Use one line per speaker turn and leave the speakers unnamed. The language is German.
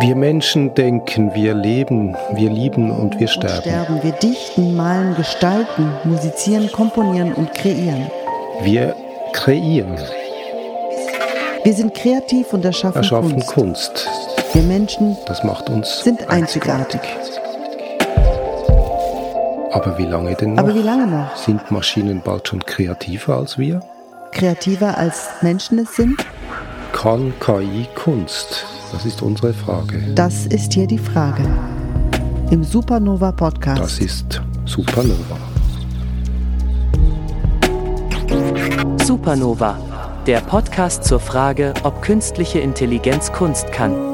Wir Menschen denken, wir leben, wir lieben und wir
Und
sterben.
sterben. Wir dichten, malen, gestalten, musizieren, komponieren und kreieren.
Wir kreieren,
Wir sind kreativ und erschaffen,
erschaffen
Kunst.
Kunst.
Wir Menschen
Das macht uns
sind einzigartig.
Aber wie lange denn noch?
Aber wie lange noch?
Sind Maschinen bald schon kreativer als wir?
Kreativer als Menschen es sind?
Kann KI Kunst? Das ist unsere Frage.
Das ist hier die Frage. Im Supernova Podcast.
Das ist Supernova.
Supernova, der Podcast zur Frage, ob künstliche Intelligenz Kunst kann.